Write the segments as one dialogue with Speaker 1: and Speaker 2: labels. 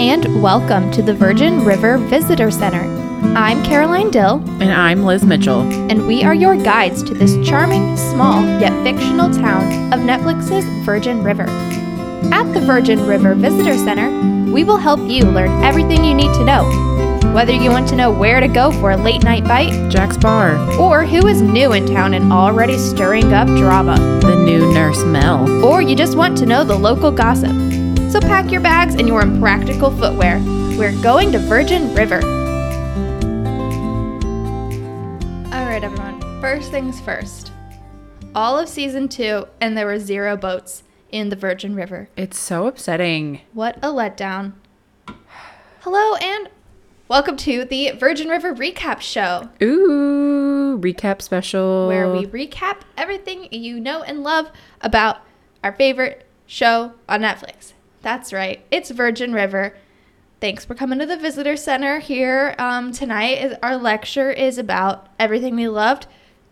Speaker 1: and welcome to the Virgin River Visitor Center. I'm Caroline Dill,
Speaker 2: And I'm Liz Mitchell.
Speaker 1: and we are your guides to this charming, small, yet fictional town of Netflix's Virgin River. At the Virgin River Visitor Center, we will help you learn everything you need to know. Whether you want to know where to go for a late night bite,
Speaker 2: Jack's Bar,
Speaker 1: or who is new in town and already stirring up drama.
Speaker 2: the new nurse Mel.
Speaker 1: or you just want to know the local gossip. So pack your bags and your impractical footwear. We're going to Virgin River. All right, everyone. First things first. All of season two, and there were zero boats in the Virgin River.
Speaker 2: It's so upsetting.
Speaker 1: What a letdown. Hello, and welcome to the Virgin River Recap Show,
Speaker 2: Ooh, recap special.
Speaker 1: where we recap everything you know and love about our favorite show on Netflix. That's right, it's Virgin River. Thanks for coming to the visitor center here um, tonight. Is, our lecture is about everything we loved,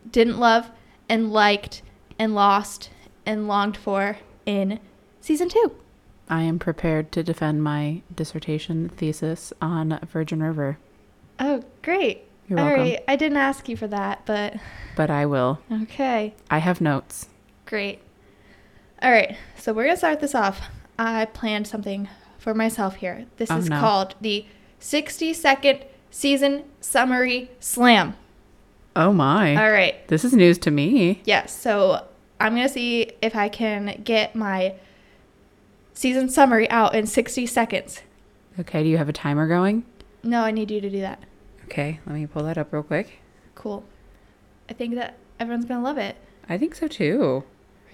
Speaker 1: didn't love, and liked, and lost, and longed for in season two.
Speaker 2: I am prepared to defend my dissertation thesis on Virgin River,
Speaker 1: Oh, great.
Speaker 2: You're
Speaker 1: All
Speaker 2: welcome.
Speaker 1: right, I didn't ask you for that, but
Speaker 2: but I will.
Speaker 1: okay.
Speaker 2: I have notes.
Speaker 1: Great. All right, so we're gonna start this off. I planned something for myself here. This
Speaker 2: Oh,
Speaker 1: is
Speaker 2: no.
Speaker 1: called the 60 second season summary slam.
Speaker 2: Oh my.
Speaker 1: All right,
Speaker 2: This is news to me.
Speaker 1: yes, so I'm gonna see if I can get my season summary out in 60 seconds.
Speaker 2: Okay, do you have a timer going?
Speaker 1: No, I need you to do that.
Speaker 2: Okay, let me pull that up real quick.
Speaker 1: Cool. I think that everyone's gonna love it.
Speaker 2: I think so too.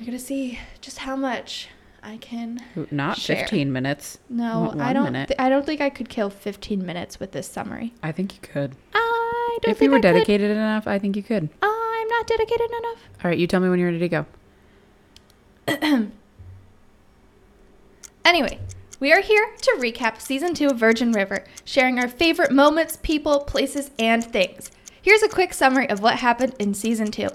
Speaker 1: We're gonna see just how much I can.
Speaker 2: Ooh, Not
Speaker 1: Share.
Speaker 2: 15 minutes. I
Speaker 1: No,
Speaker 2: want
Speaker 1: I
Speaker 2: one
Speaker 1: don't.
Speaker 2: minute.
Speaker 1: Th- I don't think I could kill 15 minutes with this summary.
Speaker 2: I think you could.
Speaker 1: I don't
Speaker 2: If
Speaker 1: think
Speaker 2: you were
Speaker 1: I could.
Speaker 2: dedicated enough, I think you could.
Speaker 1: I'm not dedicated enough.
Speaker 2: All right, you tell me when you're ready to go.
Speaker 1: Anyway, we are here to recap season two of Virgin River, sharing our favorite moments, people, places, and things. Here's a quick summary of what happened in season two.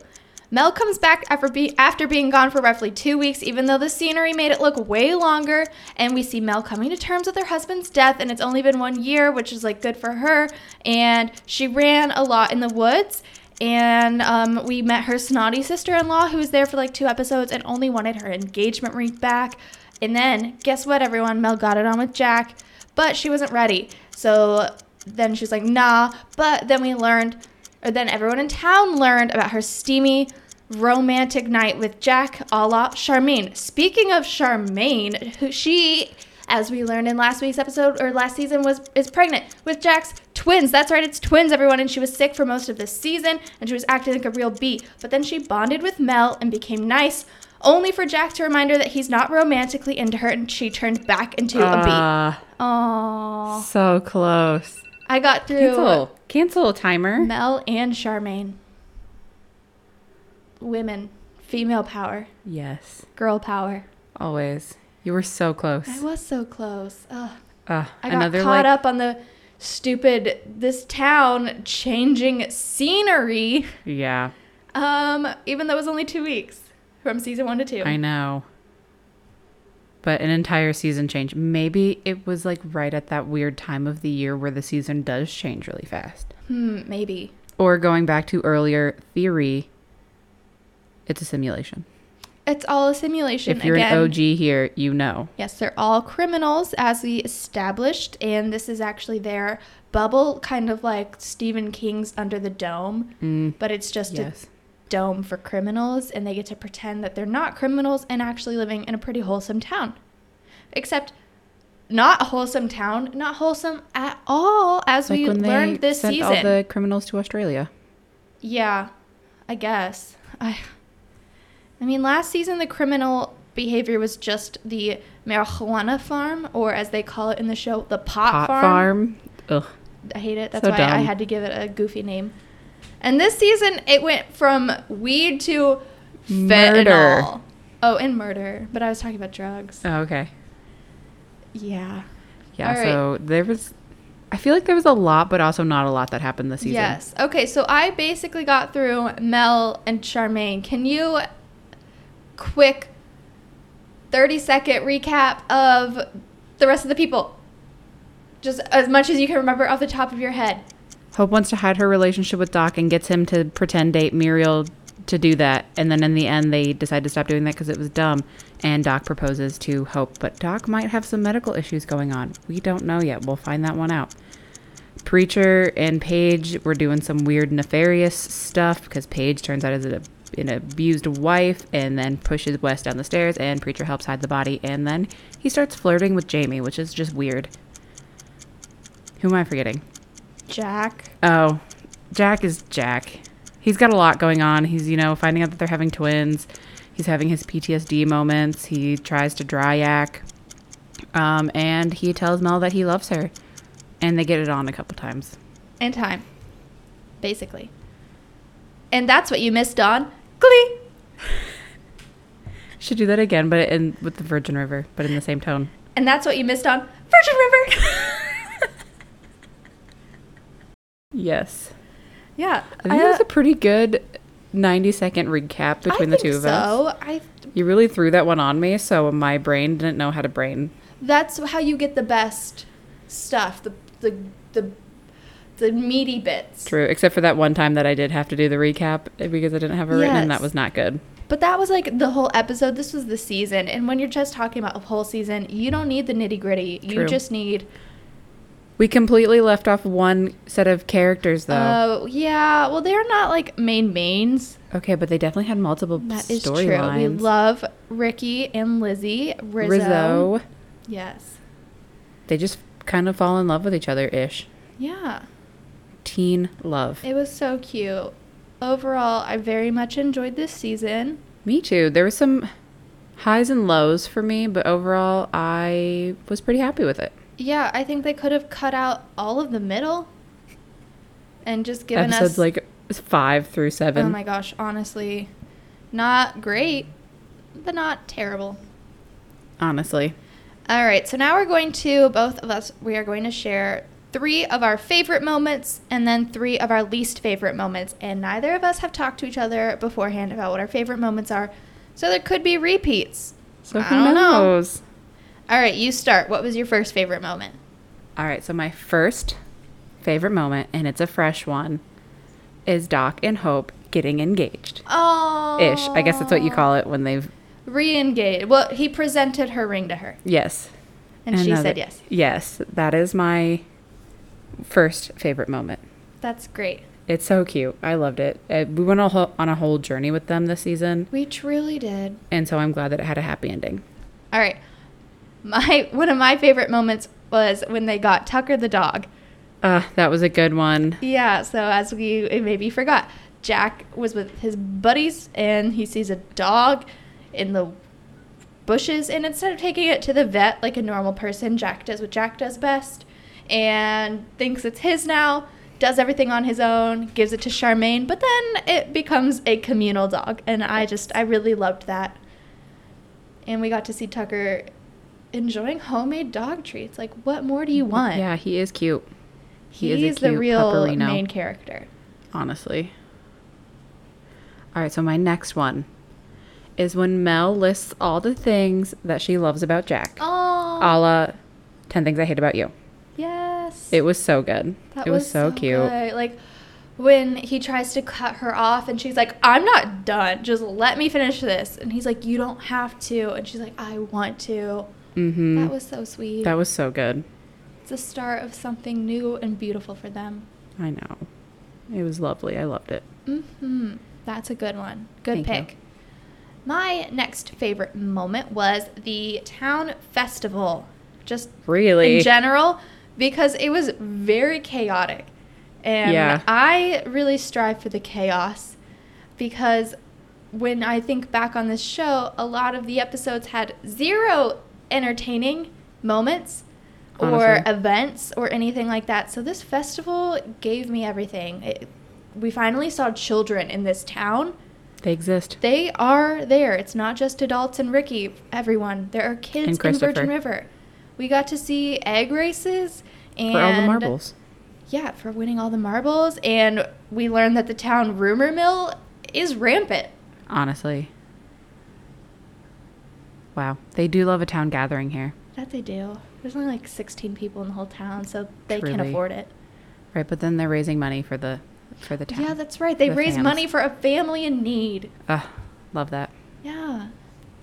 Speaker 1: Mel comes back after, be- after being gone for roughly two weeks, even though the scenery made it look way longer. And we see Mel coming to terms with her husband's death, and it's only been one year, which is like good for her. And she ran a lot in the woods. And um, we met her snotty sister in law, who was there for like two episodes and only wanted her engagement ring back. And then, guess what, everyone? Mel got it on with Jack, but she wasn't ready. So then she's like, nah. But then we learned, or then everyone in town learned about her steamy, romantic night with Jack a la Charmaine. Speaking of Charmaine, who she. As we learned in last week's episode or last season, was is pregnant with Jack's twins. That's right, it's twins, everyone. And she was sick for most of this season, and she was acting like a real bee. But then she bonded with Mel and became nice, only for Jack to remind her that he's not romantically into her and she turned back into a
Speaker 2: Ah,
Speaker 1: bee. Aww.
Speaker 2: so close.
Speaker 1: I got through
Speaker 2: Cancel. Cancel timer.
Speaker 1: Mel and Charmaine. Women. Female power.
Speaker 2: Yes,
Speaker 1: Girl power.
Speaker 2: always. You were so close.
Speaker 1: I was so close. Ugh.
Speaker 2: Ugh,
Speaker 1: I got caught up on the stupid this town changing scenery.
Speaker 2: Yeah,
Speaker 1: Um, even though it was only two weeks from season one to two.
Speaker 2: I know. But an entire season change. Maybe it was like right at that weird time of the year where the season does change really fast.
Speaker 1: hmm, maybe.
Speaker 2: Or going back to earlier theory, it's a simulation.
Speaker 1: It's all a simulation
Speaker 2: If you're
Speaker 1: again.
Speaker 2: an OG here, you know.
Speaker 1: Yes, they're all criminals, as we established, and this is actually their bubble, kind of like Stephen King's Under the Dome,
Speaker 2: Mm,
Speaker 1: but it's just
Speaker 2: yes.
Speaker 1: a dome for criminals, and they get to pretend that they're not criminals and actually living in a pretty wholesome town. Except, not a wholesome town, not wholesome at all, as we learned this
Speaker 2: sent
Speaker 1: season.
Speaker 2: all the criminals to Australia.
Speaker 1: Yeah, I guess. I I mean, last season the criminal behavior was just the marijuana farm, or as they call it in the show, the pot,
Speaker 2: Pot
Speaker 1: farm.
Speaker 2: farm. Ugh.
Speaker 1: I hate it. That's
Speaker 2: So
Speaker 1: why I
Speaker 2: dumb.
Speaker 1: had to give it a goofy name. And this season it went from weed to
Speaker 2: Murder.
Speaker 1: fentanyl. Oh, and murder. But I was talking about drugs.
Speaker 2: Oh, okay.
Speaker 1: Yeah.
Speaker 2: Yeah.
Speaker 1: All right.
Speaker 2: So there was, I feel like there was a lot, but also not a lot that happened this season.
Speaker 1: Yes. Okay, so I basically got through Mel and Charmaine. Can you quick 30 second recap of the rest of the people? Just as much as you can remember off the top of your head.
Speaker 2: Hope wants to hide her relationship with Doc and gets him to pretend date Muriel to do that. And then in the end, they decide to stop doing that because it was dumb. And Doc proposes to Hope, but Doc might have some medical issues going on. We don't know yet. We'll find that one out. Preacher and Paige were doing some weird nefarious stuff because Paige turns out is a, an abused wife and then pushes West down the stairs and Preacher helps hide the body and then he starts flirting with Jamie, which is just weird. Who am I forgetting?
Speaker 1: Jack.
Speaker 2: Oh, Jack is Jack. He's got a lot going on. He's, you know, finding out that they're having twins. He's having his PTSD moments. He tries to dry yak. Um, and he tells Mel that he loves her. And they get it on a couple times.
Speaker 1: And time. Basically. And that's what you missed on Glee.
Speaker 2: Should do that again, but in with the Virgin River, but in the same tone.
Speaker 1: And that's what you missed on Virgin River.
Speaker 2: Yes.
Speaker 1: yeah.
Speaker 2: I think
Speaker 1: uh,
Speaker 2: that's a pretty good 90 second recap between
Speaker 1: I
Speaker 2: the
Speaker 1: think
Speaker 2: two of
Speaker 1: so.
Speaker 2: us.
Speaker 1: I
Speaker 2: You really threw that one on me, so my brain didn't know how to brain.
Speaker 1: that's how you get the best stuff. The the the the meaty bits.
Speaker 2: True, except for that one time that I did have to do the recap eh, because I didn't have it written, and that
Speaker 1: Yes.
Speaker 2: was not good.
Speaker 1: But that was like the whole episode. This was the season. And when you're just talking about a whole season, you don't need the nitty gritty. You
Speaker 2: True.
Speaker 1: just need,
Speaker 2: We completely left off one set of characters, though.
Speaker 1: uh, yeah, well, they're not like main mains.
Speaker 2: okay, but they definitely had multiple
Speaker 1: That is true. We
Speaker 2: storylines.
Speaker 1: love Ricky and Lizzie. Rizzo.
Speaker 2: Rizzo.
Speaker 1: Yes.
Speaker 2: They just kind of fall in love with each other ish.
Speaker 1: Yeah.
Speaker 2: Teen love.
Speaker 1: It was so cute. Overall, I very much enjoyed this season.
Speaker 2: me too. There was some highs and lows for me, but overall, I was pretty happy with it.
Speaker 1: Yeah, I think they could have cut out all of the middle and just given
Speaker 2: Episodes
Speaker 1: us
Speaker 2: like five through seven.
Speaker 1: Oh my gosh, honestly, not great, but not terrible.
Speaker 2: honestly,
Speaker 1: All right, so now we're going to both of us we are going to share three of our favorite moments and then three of our least favorite moments, and neither of us have talked to each other beforehand about what our favorite moments are. So there could be repeats.
Speaker 2: so
Speaker 1: I
Speaker 2: who
Speaker 1: don't know.
Speaker 2: knows?
Speaker 1: All right, you start. What was your first favorite moment?
Speaker 2: All right, so my first favorite moment, and it's a fresh one, is Doc and Hope getting engaged.
Speaker 1: Oh.
Speaker 2: Ish. I guess that's what you call it when they've.
Speaker 1: Re-engage. Well, he presented her ring to her,
Speaker 2: Yes.
Speaker 1: and she
Speaker 2: Another-
Speaker 1: said yes.
Speaker 2: Yes, that is my first favorite moment.
Speaker 1: That's great.
Speaker 2: It's so cute. I loved it. Uh, we went a whole, on a whole journey with them this season,
Speaker 1: We truly did.
Speaker 2: and so I'm glad that it had a happy ending.
Speaker 1: All right. My one of my favorite moments was when they got Tucker the dog.
Speaker 2: Uh, that was a good one.
Speaker 1: Yeah, so as we maybe forgot, Jack was with his buddies and he sees a dog in the bushes and instead of taking it to the vet like a normal person, Jack does what Jack does best and thinks it's his now, does everything on his own, gives it to Charmaine, but then it becomes a communal dog and I just I really loved that. And we got to see Tucker enjoying homemade dog treats. Like what more do you want?
Speaker 2: Mm-hmm. Yeah, he is cute. He
Speaker 1: He's
Speaker 2: is a
Speaker 1: the
Speaker 2: cute
Speaker 1: real
Speaker 2: pupperino.
Speaker 1: main character.
Speaker 2: honestly. All right, so my next one is when Mel lists all the things that she loves about Jack,
Speaker 1: Oh,
Speaker 2: a la 10 Things I Hate About You.
Speaker 1: yes.
Speaker 2: It was so good. it was, so, cute.
Speaker 1: good. Like when he tries to cut her off and she's like, "I'm not done. Just let me finish this." And he's like, "You don't have to." And she's like, "I want to."
Speaker 2: Mm-hmm.
Speaker 1: That was so sweet.
Speaker 2: that was so good.
Speaker 1: it's the start of something new and beautiful for them.
Speaker 2: I know. It was lovely. I loved it.
Speaker 1: Mhm. That's a good one. Good
Speaker 2: Thank
Speaker 1: pick. My next favorite moment was the town festival. Just
Speaker 2: Really?
Speaker 1: in general because it was very chaotic. And
Speaker 2: Yeah.
Speaker 1: I really strive for the chaos because when I think back on this show, a lot of the episodes had zero entertaining moments or
Speaker 2: Honestly.
Speaker 1: events or anything like that. So this festival gave me everything. It, we finally saw children in this town.
Speaker 2: they exist.
Speaker 1: They are there. It's not just adults and Ricky, everyone. There are kids
Speaker 2: And
Speaker 1: in Virgin
Speaker 2: Christopher.
Speaker 1: River. We got to see egg races and
Speaker 2: For all the marbles.
Speaker 1: Yeah, for winning all the marbles and we learned that the town rumor mill is rampant.
Speaker 2: Honestly. Wow. They do love a town gathering here.
Speaker 1: That they do. There's only like 16 people in the whole town, so they can
Speaker 2: Truly.
Speaker 1: afford it.
Speaker 2: Right, but then they're raising money for the for the town.
Speaker 1: Yeah, that's right. They
Speaker 2: The
Speaker 1: raise
Speaker 2: fams.
Speaker 1: money for a family in need.
Speaker 2: Ugh, Ah, love that.
Speaker 1: Yeah.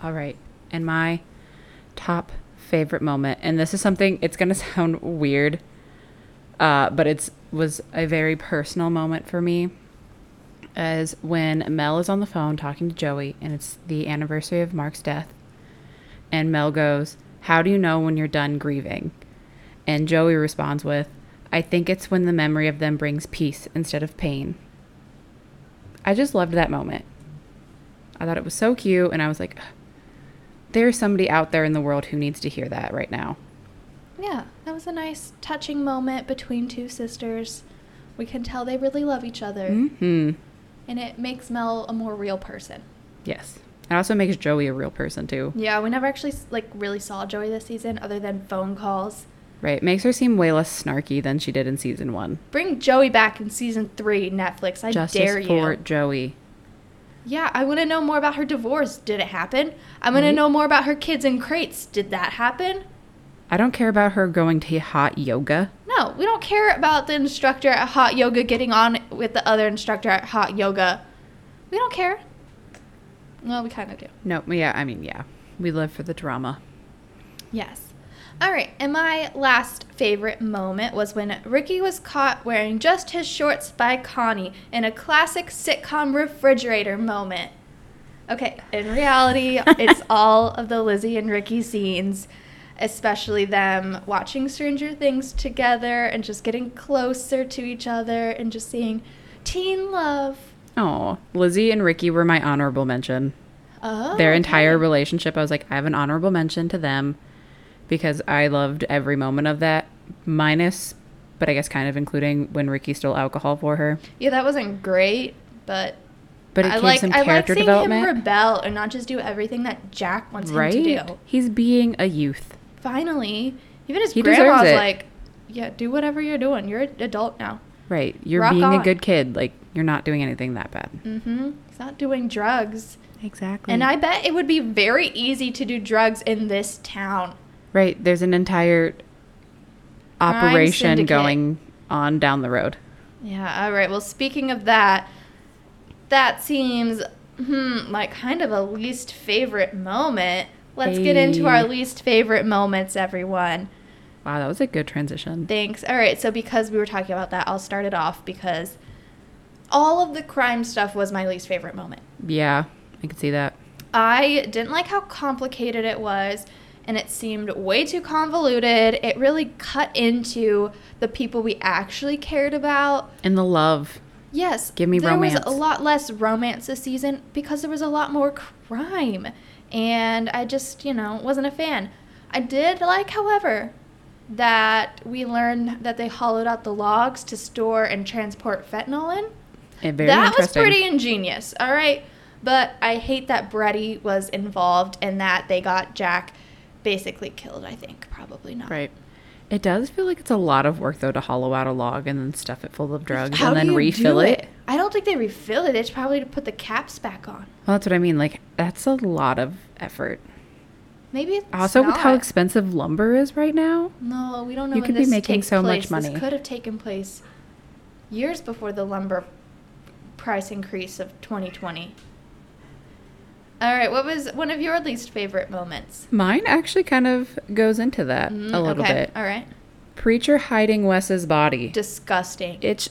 Speaker 2: All right. And my top favorite moment, and this is something it's gonna sound weird, uh, but it's was a very personal moment for me. Is when Mel is on the phone talking to Joey, and it's the anniversary of Mark's death, and Mel goes, "How do you know when you're done grieving?" And Joey responds with, "I think it's when the memory of them brings peace instead of pain." I just loved that moment. I thought it was so cute, and I was like, there's somebody out there in the world who needs to hear that right now.
Speaker 1: Yeah. That was a nice, touching moment between two sisters. We can tell they really love each other,
Speaker 2: Hmm.
Speaker 1: and it makes Mel a more real person.
Speaker 2: Yes. It also makes Joey a real person too,
Speaker 1: Yeah, we never actually s- like really saw Joey this season, other than phone calls.
Speaker 2: right? Makes her seem way less snarky than she did in season one.
Speaker 1: Bring Joey back in season three, Netflix. I
Speaker 2: Justice
Speaker 1: dare
Speaker 2: for
Speaker 1: you.
Speaker 2: Joey.
Speaker 1: Yeah, I want to know more about her divorce. Did it happen? I want to
Speaker 2: Right.
Speaker 1: know more about her kids in crates. Did that happen?
Speaker 2: I don't care about her going to hot yoga.
Speaker 1: No, we don't care about the instructor at hot yoga getting on with the other instructor at hot yoga. We don't care. Well, we kind of do.
Speaker 2: No, yeah, I mean, yeah. We live for the drama.
Speaker 1: Yes. All right, and my last favorite moment was when Ricky was caught wearing just his shorts by Connie in a classic sitcom refrigerator moment. Okay, in reality, it's all of the Lizzie and Ricky scenes, especially them watching Stranger Things together and just getting closer to each other and just seeing teen love.
Speaker 2: Oh, Lizzie and Ricky were my honorable mention.
Speaker 1: Oh,
Speaker 2: Their entire
Speaker 1: okay.
Speaker 2: relationship, I was like, I have an honorable mention to them because I loved every moment of that, minus, but I guess kind of including when Ricky stole alcohol for her.
Speaker 1: yeah, that wasn't great, but
Speaker 2: But it
Speaker 1: I
Speaker 2: gave
Speaker 1: like
Speaker 2: some
Speaker 1: I like
Speaker 2: character
Speaker 1: seeing him
Speaker 2: development.
Speaker 1: rebel and not just do everything that Jack wants him to
Speaker 2: right?
Speaker 1: do.
Speaker 2: He's being a youth.
Speaker 1: Finally, even his
Speaker 2: He deserves
Speaker 1: grandma's
Speaker 2: it.
Speaker 1: like, "Yeah, do whatever you're doing. You're an adult now."
Speaker 2: Right. You're
Speaker 1: Rock
Speaker 2: being
Speaker 1: on.
Speaker 2: a good kid. Like you're not doing anything that bad.
Speaker 1: Mm-hmm. He's not doing drugs,
Speaker 2: Exactly.
Speaker 1: and I bet it would be very easy to do drugs in this town.
Speaker 2: Right, there's an entire
Speaker 1: Crime
Speaker 2: operation
Speaker 1: syndicate.
Speaker 2: going on down the road.
Speaker 1: Yeah. All right. Well, speaking of that, that seems hmm, like kind of a least favorite moment. Let's get into
Speaker 2: Hey.
Speaker 1: our least favorite moments, everyone.
Speaker 2: Wow, that was a good transition.
Speaker 1: Thanks. All right. So because we were talking about that, I'll start it off because all of the crime stuff was my least favorite moment.
Speaker 2: Yeah, I could see that.
Speaker 1: I didn't like how complicated it was and it seemed way too convoluted. It really cut into the people we actually cared about.
Speaker 2: And the love.
Speaker 1: Yes.
Speaker 2: Give me
Speaker 1: there
Speaker 2: romance.
Speaker 1: was a lot less romance this season because there was a lot more crime. And I just, you know, wasn't a fan. I did like, however, that we learned that they hollowed out the logs to store and transport fentanyl in.
Speaker 2: And eh, very
Speaker 1: that was
Speaker 2: interesting.
Speaker 1: pretty ingenious, all right? But I hate that Bretty was involved and that they got Jack basically killed, I think. Probably not.
Speaker 2: Right. It does feel like it's a lot of work though to hollow out a log and then stuff it full of drugs
Speaker 1: How
Speaker 2: and
Speaker 1: do
Speaker 2: then
Speaker 1: you
Speaker 2: refill
Speaker 1: do
Speaker 2: it.
Speaker 1: I don't think they refill it. It's probably to put the caps back on.
Speaker 2: Well, that's what I mean. Like that's a lot of effort.
Speaker 1: Maybe it's
Speaker 2: Also, with how
Speaker 1: not.
Speaker 2: expensive lumber is right now,
Speaker 1: No, we don't know.
Speaker 2: You
Speaker 1: when
Speaker 2: could be
Speaker 1: this
Speaker 2: making
Speaker 1: takes
Speaker 2: so much
Speaker 1: place. This
Speaker 2: money.
Speaker 1: could have taken place years before the lumber price increase of 2020. All right, what was one of your least favorite moments?
Speaker 2: mine actually kind of goes into that
Speaker 1: Mm,
Speaker 2: a little
Speaker 1: okay,
Speaker 2: bit.
Speaker 1: All right.
Speaker 2: Preacher hiding Wes's body.
Speaker 1: Disgusting.
Speaker 2: It's.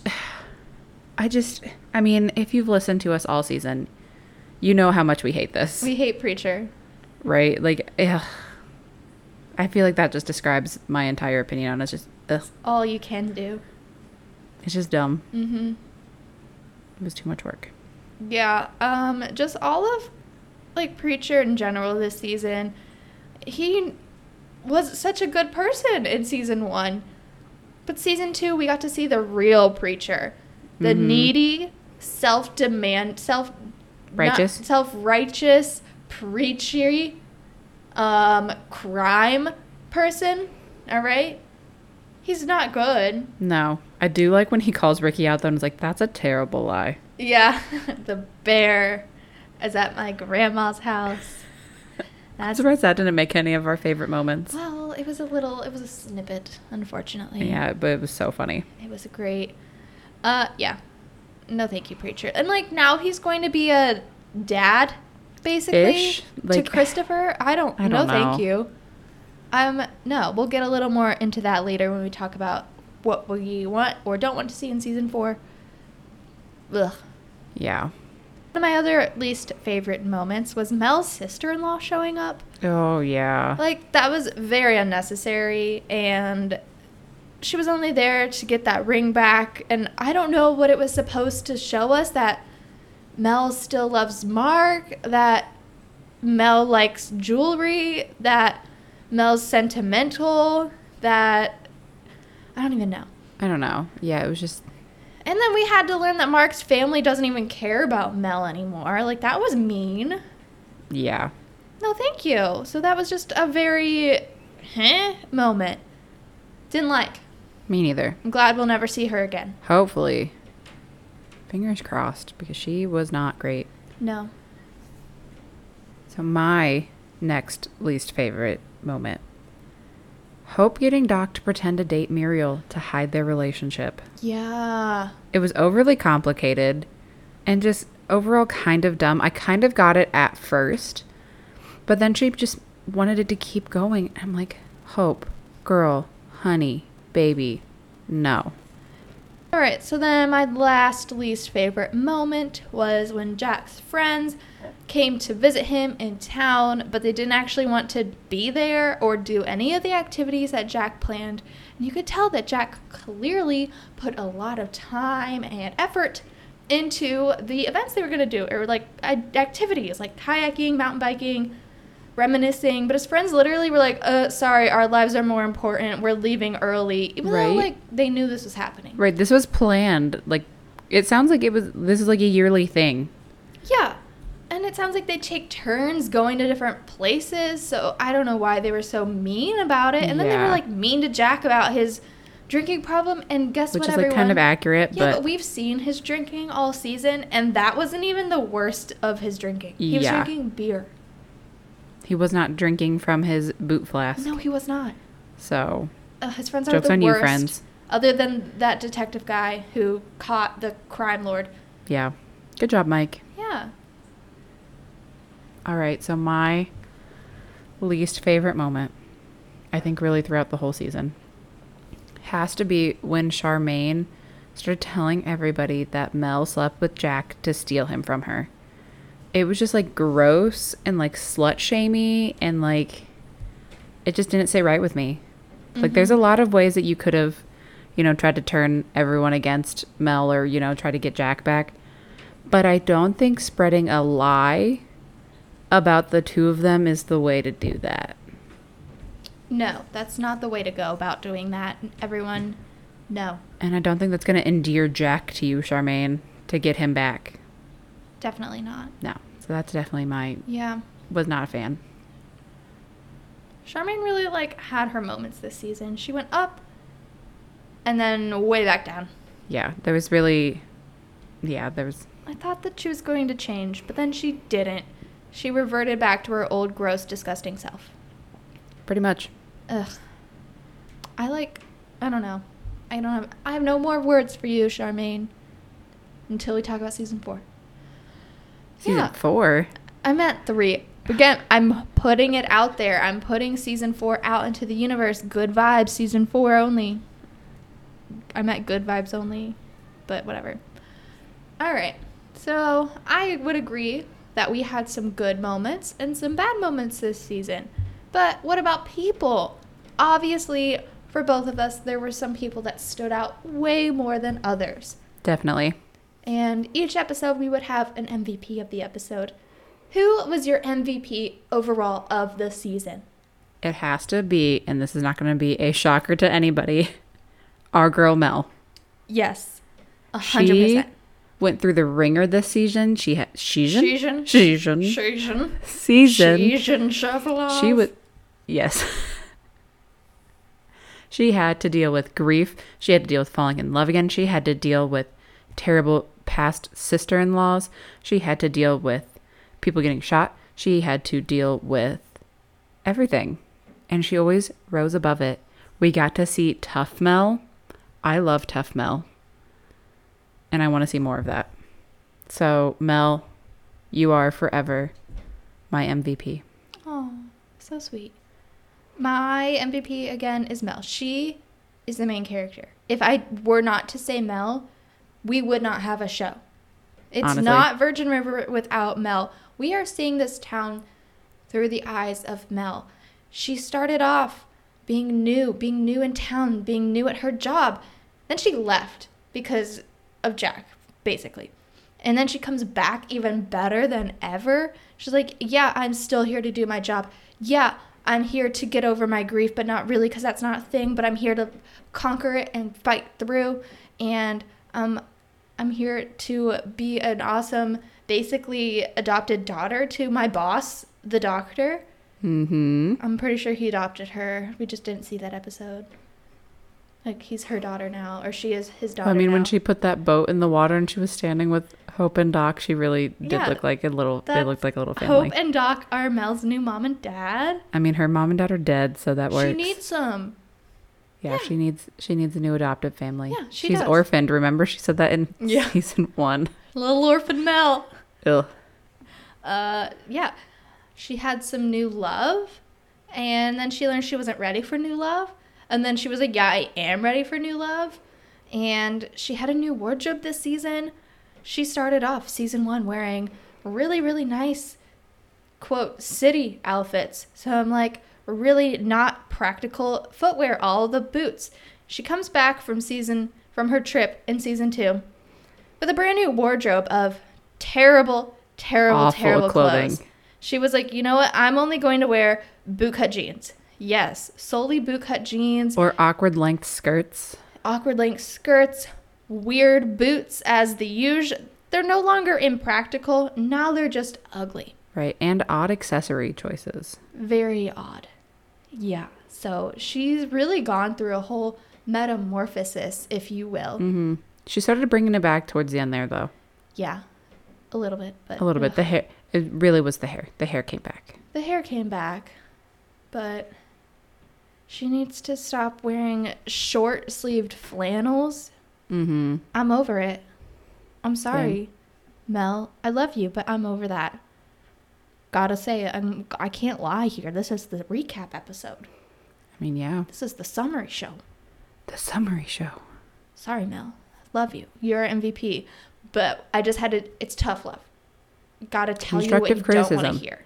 Speaker 2: I just. I mean, if you've listened to us all season, you know how much we hate this,
Speaker 1: we hate preacher.
Speaker 2: right? Like, ugh. I feel like that just describes my entire opinion on it. It's just. Ugh.
Speaker 1: All you can do.
Speaker 2: It's just dumb.
Speaker 1: Mhm.
Speaker 2: It was too much work.
Speaker 1: Yeah, um, just all of like Preacher in general this season. He was such a good person in season one. But season two, we got to see the real Preacher the
Speaker 2: Mhm.
Speaker 1: needy, self demand, self
Speaker 2: Righteous?
Speaker 1: self righteous, preachy, um, crime person. All right? He's not good.
Speaker 2: No, I do like when he calls Ricky out though, and is like, "That's a terrible lie."
Speaker 1: Yeah, the bear is at my grandma's house.
Speaker 2: I'm
Speaker 1: That's
Speaker 2: surprised that didn't make any of our favorite moments.
Speaker 1: well, it was a little, it was a snippet, unfortunately.
Speaker 2: Yeah, but it was so funny.
Speaker 1: It was great. Uh, yeah. No, thank you, preacher. And like now he's going to be a dad, basically,
Speaker 2: Ish?
Speaker 1: to
Speaker 2: Like-
Speaker 1: Christopher. I don't,
Speaker 2: I
Speaker 1: know.
Speaker 2: don't
Speaker 1: no, thank
Speaker 2: know.
Speaker 1: you. Um, no, we'll get a little more into that later when we talk about what we want or don't want to see in season four. Ugh.
Speaker 2: Yeah.
Speaker 1: One of my other least favorite moments was Mel's sister-in-law showing up.
Speaker 2: Oh yeah.
Speaker 1: Like that was very unnecessary and she was only there to get that ring back and I don't know what it was supposed to show us that Mel still loves Mark, that Mel likes jewelry, that Mel's sentimental, that I don't even know.
Speaker 2: I don't know. Yeah, it was just
Speaker 1: And then we had to learn that Mark's family doesn't even care about Mel anymore. Like that was mean.
Speaker 2: yeah.
Speaker 1: No, thank you. So that was just a very huh moment. Didn't like.
Speaker 2: Me neither.
Speaker 1: I'm glad we'll never see her again.
Speaker 2: Hopefully. Fingers crossed because she was not great.
Speaker 1: No.
Speaker 2: So my next least favorite moment. Hope getting Doc to pretend to date Muriel to hide their relationship.
Speaker 1: Yeah.
Speaker 2: It was overly complicated and just overall kind of dumb. I kind of got it at first, but then she just wanted it to keep going. I'm like, Hope, girl, honey, baby, no.
Speaker 1: All right. So then my last least favorite moment was when Jack's friends came to visit him in town, but they didn't actually want to be there or do any of the activities that Jack planned. And you could tell that Jack clearly put a lot of time and effort into the events they were going to do or like a- activities like kayaking, mountain biking, reminiscing, but his friends literally were like, "Uh, sorry, our lives are more important. We're leaving early." Even though
Speaker 2: Right.
Speaker 1: like they knew this was happening.
Speaker 2: Right, this was planned. Like it sounds like it was this is like a yearly thing.
Speaker 1: Yeah. And it sounds like they take turns going to different places, so I don't know why they were so mean about it. And then they were
Speaker 2: Yeah.
Speaker 1: like mean to Jack about his drinking problem and guess
Speaker 2: Which
Speaker 1: what
Speaker 2: is like kind of
Speaker 1: everyone-
Speaker 2: accurate,
Speaker 1: Yeah, but,
Speaker 2: but
Speaker 1: we've seen his drinking all season and that wasn't even the worst of his drinking. He was
Speaker 2: Yeah.
Speaker 1: drinking beer.
Speaker 2: he was not drinking from his boot flask.
Speaker 1: No, he was not.
Speaker 2: So
Speaker 1: Uh, his friends are
Speaker 2: jokes
Speaker 1: the
Speaker 2: on
Speaker 1: worst.
Speaker 2: you, friends.
Speaker 1: Other than that detective guy who caught the crime lord.
Speaker 2: Yeah. Good job, Mike.
Speaker 1: Yeah.
Speaker 2: All right, so my least favorite moment, I think really throughout the whole season, has to be when Charmaine started telling everybody that Mel slept with Jack to steal him from her. It was just like gross and like slut shamey and like it just didn't sit right with me. Like there's a lot of ways that you could have, you know, tried to turn everyone against Mel or, you know, try to get Jack back. But I don't think spreading a lie about the two of them is the way to do that.
Speaker 1: No, that's not the way to go about doing that. Everyone, no,
Speaker 2: And I don't think that's going to endear Jack to you, Charmaine, to get him back.
Speaker 1: definitely not.
Speaker 2: No. So that's definitely my
Speaker 1: Yeah.
Speaker 2: was not a fan.
Speaker 1: Charmaine really like had her moments this season. She went up and then way back down.
Speaker 2: Yeah, there was really yeah, there was
Speaker 1: I thought that she was going to change, but then she didn't. She reverted back to her old gross disgusting self.
Speaker 2: pretty much
Speaker 1: Ugh. I like I don't know. I don't have I have no more words for you, Charmaine. Until we talk about season four.
Speaker 2: season
Speaker 1: yeah.
Speaker 2: 4.
Speaker 1: I'm at three. Again, I'm putting it out there. I'm putting season four out into the universe. Good vibes, season four only. I'm at good vibes only, but whatever. All right. So I would agree that we had some good moments and some bad moments this season. But what about people? Obviously, for both of us, there were some people that stood out way more than others.
Speaker 2: Definitely.
Speaker 1: And each episode, we would have an MVP of the episode. Who was your MVP overall of the season?
Speaker 2: It has to be and this is not going to be a shocker to anybody. Our girl Mel.
Speaker 1: Yes. a
Speaker 2: She
Speaker 1: 100%.
Speaker 2: went through the ringer this season. She had season
Speaker 1: Season.
Speaker 2: season
Speaker 1: Season.
Speaker 2: season
Speaker 1: Season. Shuffle.
Speaker 2: She was, yes. she had to deal with grief. She had to deal with falling in love again. She had to deal with terrible past sister in laws. She had to deal with people getting shot. She had to deal with everything. And she always rose above it. We got to see Tough Mel. I love Tough Mel. And I want to see more of that. So, Mel, you are forever my MVP.
Speaker 1: Oh, so sweet. My MVP again is Mel. She is the main character. If I were not to say Mel, we would not have a show. It's
Speaker 2: Honestly.
Speaker 1: not Virgin River without Mel. We are seeing this town through the eyes of Mel. She started off being new, being new in town, being new at her job. Then she left because of Jack, basically. And then she comes back even better than ever. She's like, Yeah, I'm still here to do my job. Yeah, I'm here to get over my grief, but not really because that's not a thing, but I'm here to conquer it and fight through. And um, I'm here to be an awesome, basically adopted daughter to my boss, the doctor.
Speaker 2: hmm
Speaker 1: I'm pretty sure he adopted her. We just didn't see that episode. Like, he's her daughter now, or she is his daughter.
Speaker 2: I mean, when
Speaker 1: now.
Speaker 2: she put that boat in the water and she was standing with Hope and Doc, she really did
Speaker 1: Yeah,
Speaker 2: look like a little. They
Speaker 1: that's
Speaker 2: looked like a little family.
Speaker 1: Hope and Doc are Mel's new mom and dad.
Speaker 2: I mean, her mom and dad are dead, so that works.
Speaker 1: She needs some.
Speaker 2: yeah,
Speaker 1: yeah.
Speaker 2: she needs she needs a new adoptive family.
Speaker 1: Yeah, she
Speaker 2: she's
Speaker 1: does.
Speaker 2: orphaned. Remember, she said that in
Speaker 1: Yeah.
Speaker 2: season one.
Speaker 1: Little orphan Mel.
Speaker 2: Ugh.
Speaker 1: Uh, yeah. She had some new love, and then she learned she wasn't ready for new love. And then she was like, Yeah, I am ready for new love. And she had a new wardrobe this season. She started off season one wearing really, really nice quote city outfits. So I'm like really not practical footwear, all the boots. She comes back from season from her trip in season two with a brand new wardrobe of terrible, terrible,
Speaker 2: Awful
Speaker 1: terrible
Speaker 2: clothing.
Speaker 1: clothes. She was like, you know what? I'm only going to wear bootcut jeans. Yes, solely bootcut jeans,
Speaker 2: Or awkward length skirts.
Speaker 1: awkward length skirts, weird boots as the usual. They're no longer impractical. Now they're just ugly.
Speaker 2: Right, and odd accessory choices.
Speaker 1: very odd. Yeah. So she's really gone through a whole metamorphosis, if you will.
Speaker 2: hmm She started bringing it back towards the end there, though.
Speaker 1: Yeah. A little bit, but
Speaker 2: A little bit. The hair, it really was the hair. The hair came back.
Speaker 1: The hair came back, but she needs to stop wearing short sleeved flannels.
Speaker 2: Mm-hmm.
Speaker 1: I'm over it. I'm sorry,
Speaker 2: Same.
Speaker 1: Mel. I love you, but I'm over that. Gotta say, it, I'm, I can't lie here. This is the recap episode.
Speaker 2: I mean, yeah.
Speaker 1: This is the summary show.
Speaker 2: The summary show.
Speaker 1: Sorry, Mel. Love you. You're our MVP. But I just had to, it's tough love. Gotta tell you what you
Speaker 2: Constructive
Speaker 1: don't want
Speaker 2: criticism.
Speaker 1: to hear.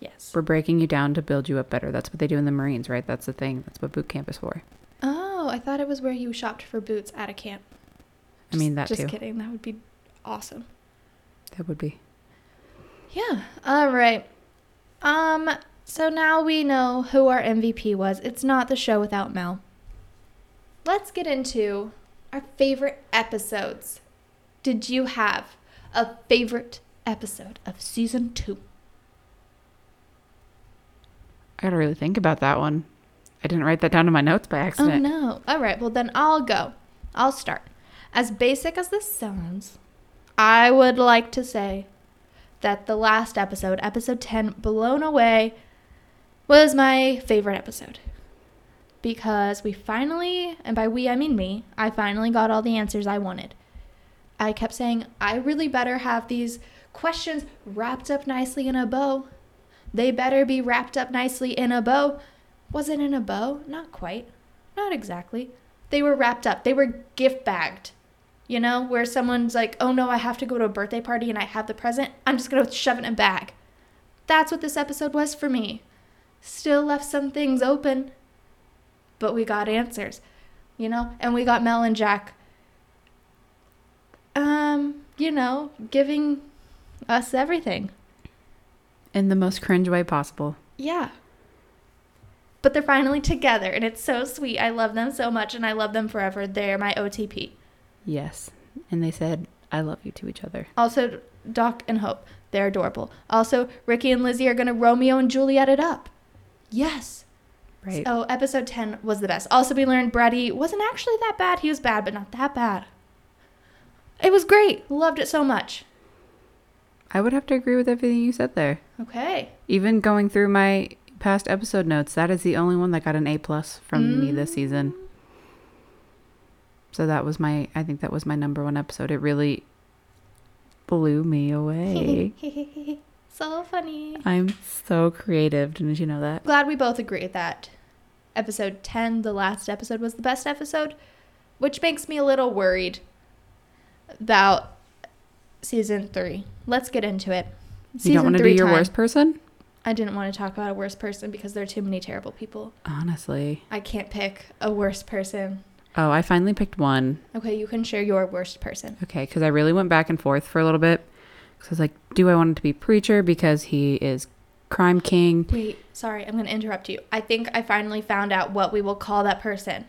Speaker 1: Yes.
Speaker 2: We're breaking you down to build you up better. That's what they do in the Marines, right? That's the thing. That's what boot camp is for.
Speaker 1: Oh, I thought it was where you shopped for boots at a camp.
Speaker 2: I mean, that
Speaker 1: just
Speaker 2: too.
Speaker 1: Just kidding. That would be awesome.
Speaker 2: That would be.
Speaker 1: Yeah. All right. Um, so now we know who our MVP was. It's not the show without Mel. Let's get into our favorite episodes. Did you have a favorite episode of season two?
Speaker 2: I gotta really think about that one. I didn't write that down in my notes by
Speaker 1: Oh
Speaker 2: accident.
Speaker 1: no. All right. Well, then I'll go. I'll start. As basic as this sounds, I would like to say that the last episode, episode 10, Blown Away, was my favorite episode. Because we finally, and by we I mean me, I finally got all the answers I wanted. I kept saying, I really better have these questions wrapped up nicely in a bow. They better be wrapped up nicely in a bow. Was it in a bow? Not quite. Not exactly. They were wrapped up, they were gift bagged. You know, where someone's like, oh no, I have to go to a birthday party and I have the present. I'm just going to shove it in a bag. That's what this episode was for me. Still left some things open, but we got answers, you know? And we got Mel and Jack, um, you know, giving us everything.
Speaker 2: In the most cringe way possible.
Speaker 1: Yeah. But they're finally together, and it's so sweet. I love them so much, and I love them forever. They're my OTP.
Speaker 2: Yes. And they said, I love you to each other.
Speaker 1: Also, Doc and Hope. They're adorable. Also, Ricky and Lizzie are going to Romeo and Juliet it up. Yes.
Speaker 2: Right.
Speaker 1: So, episode 10 was the best. Also, we learned Brady wasn't actually that bad. He was bad, but not that bad. It was great. Loved it so much.
Speaker 2: I would have to agree with everything you said there.
Speaker 1: Okay.
Speaker 2: Even going through my past episode notes, that is the only one that got an A plus from me
Speaker 1: Mm.
Speaker 2: this season. So that was my I think that was my number one episode. It really blew me away.
Speaker 1: so funny.
Speaker 2: I'm so creative, didn't you know that?
Speaker 1: Glad we both agree that episode 10, the last episode, was the best episode, which makes me a little worried about season three. Let's get into it.
Speaker 2: you don't want to do your
Speaker 1: time.
Speaker 2: worst person?
Speaker 1: I didn't want to talk about a worse person because there are too many terrible people.
Speaker 2: Honestly.
Speaker 1: I can't pick a worse person.
Speaker 2: Oh, I finally picked one.
Speaker 1: Okay, you can share your worst person.
Speaker 2: Okay, because I really went back and forth for a little bit. Because I was like, do I want it to be Preacher because he is crime king?
Speaker 1: Wait, sorry, I'm going to interrupt you. I think I finally found out what we will call that person.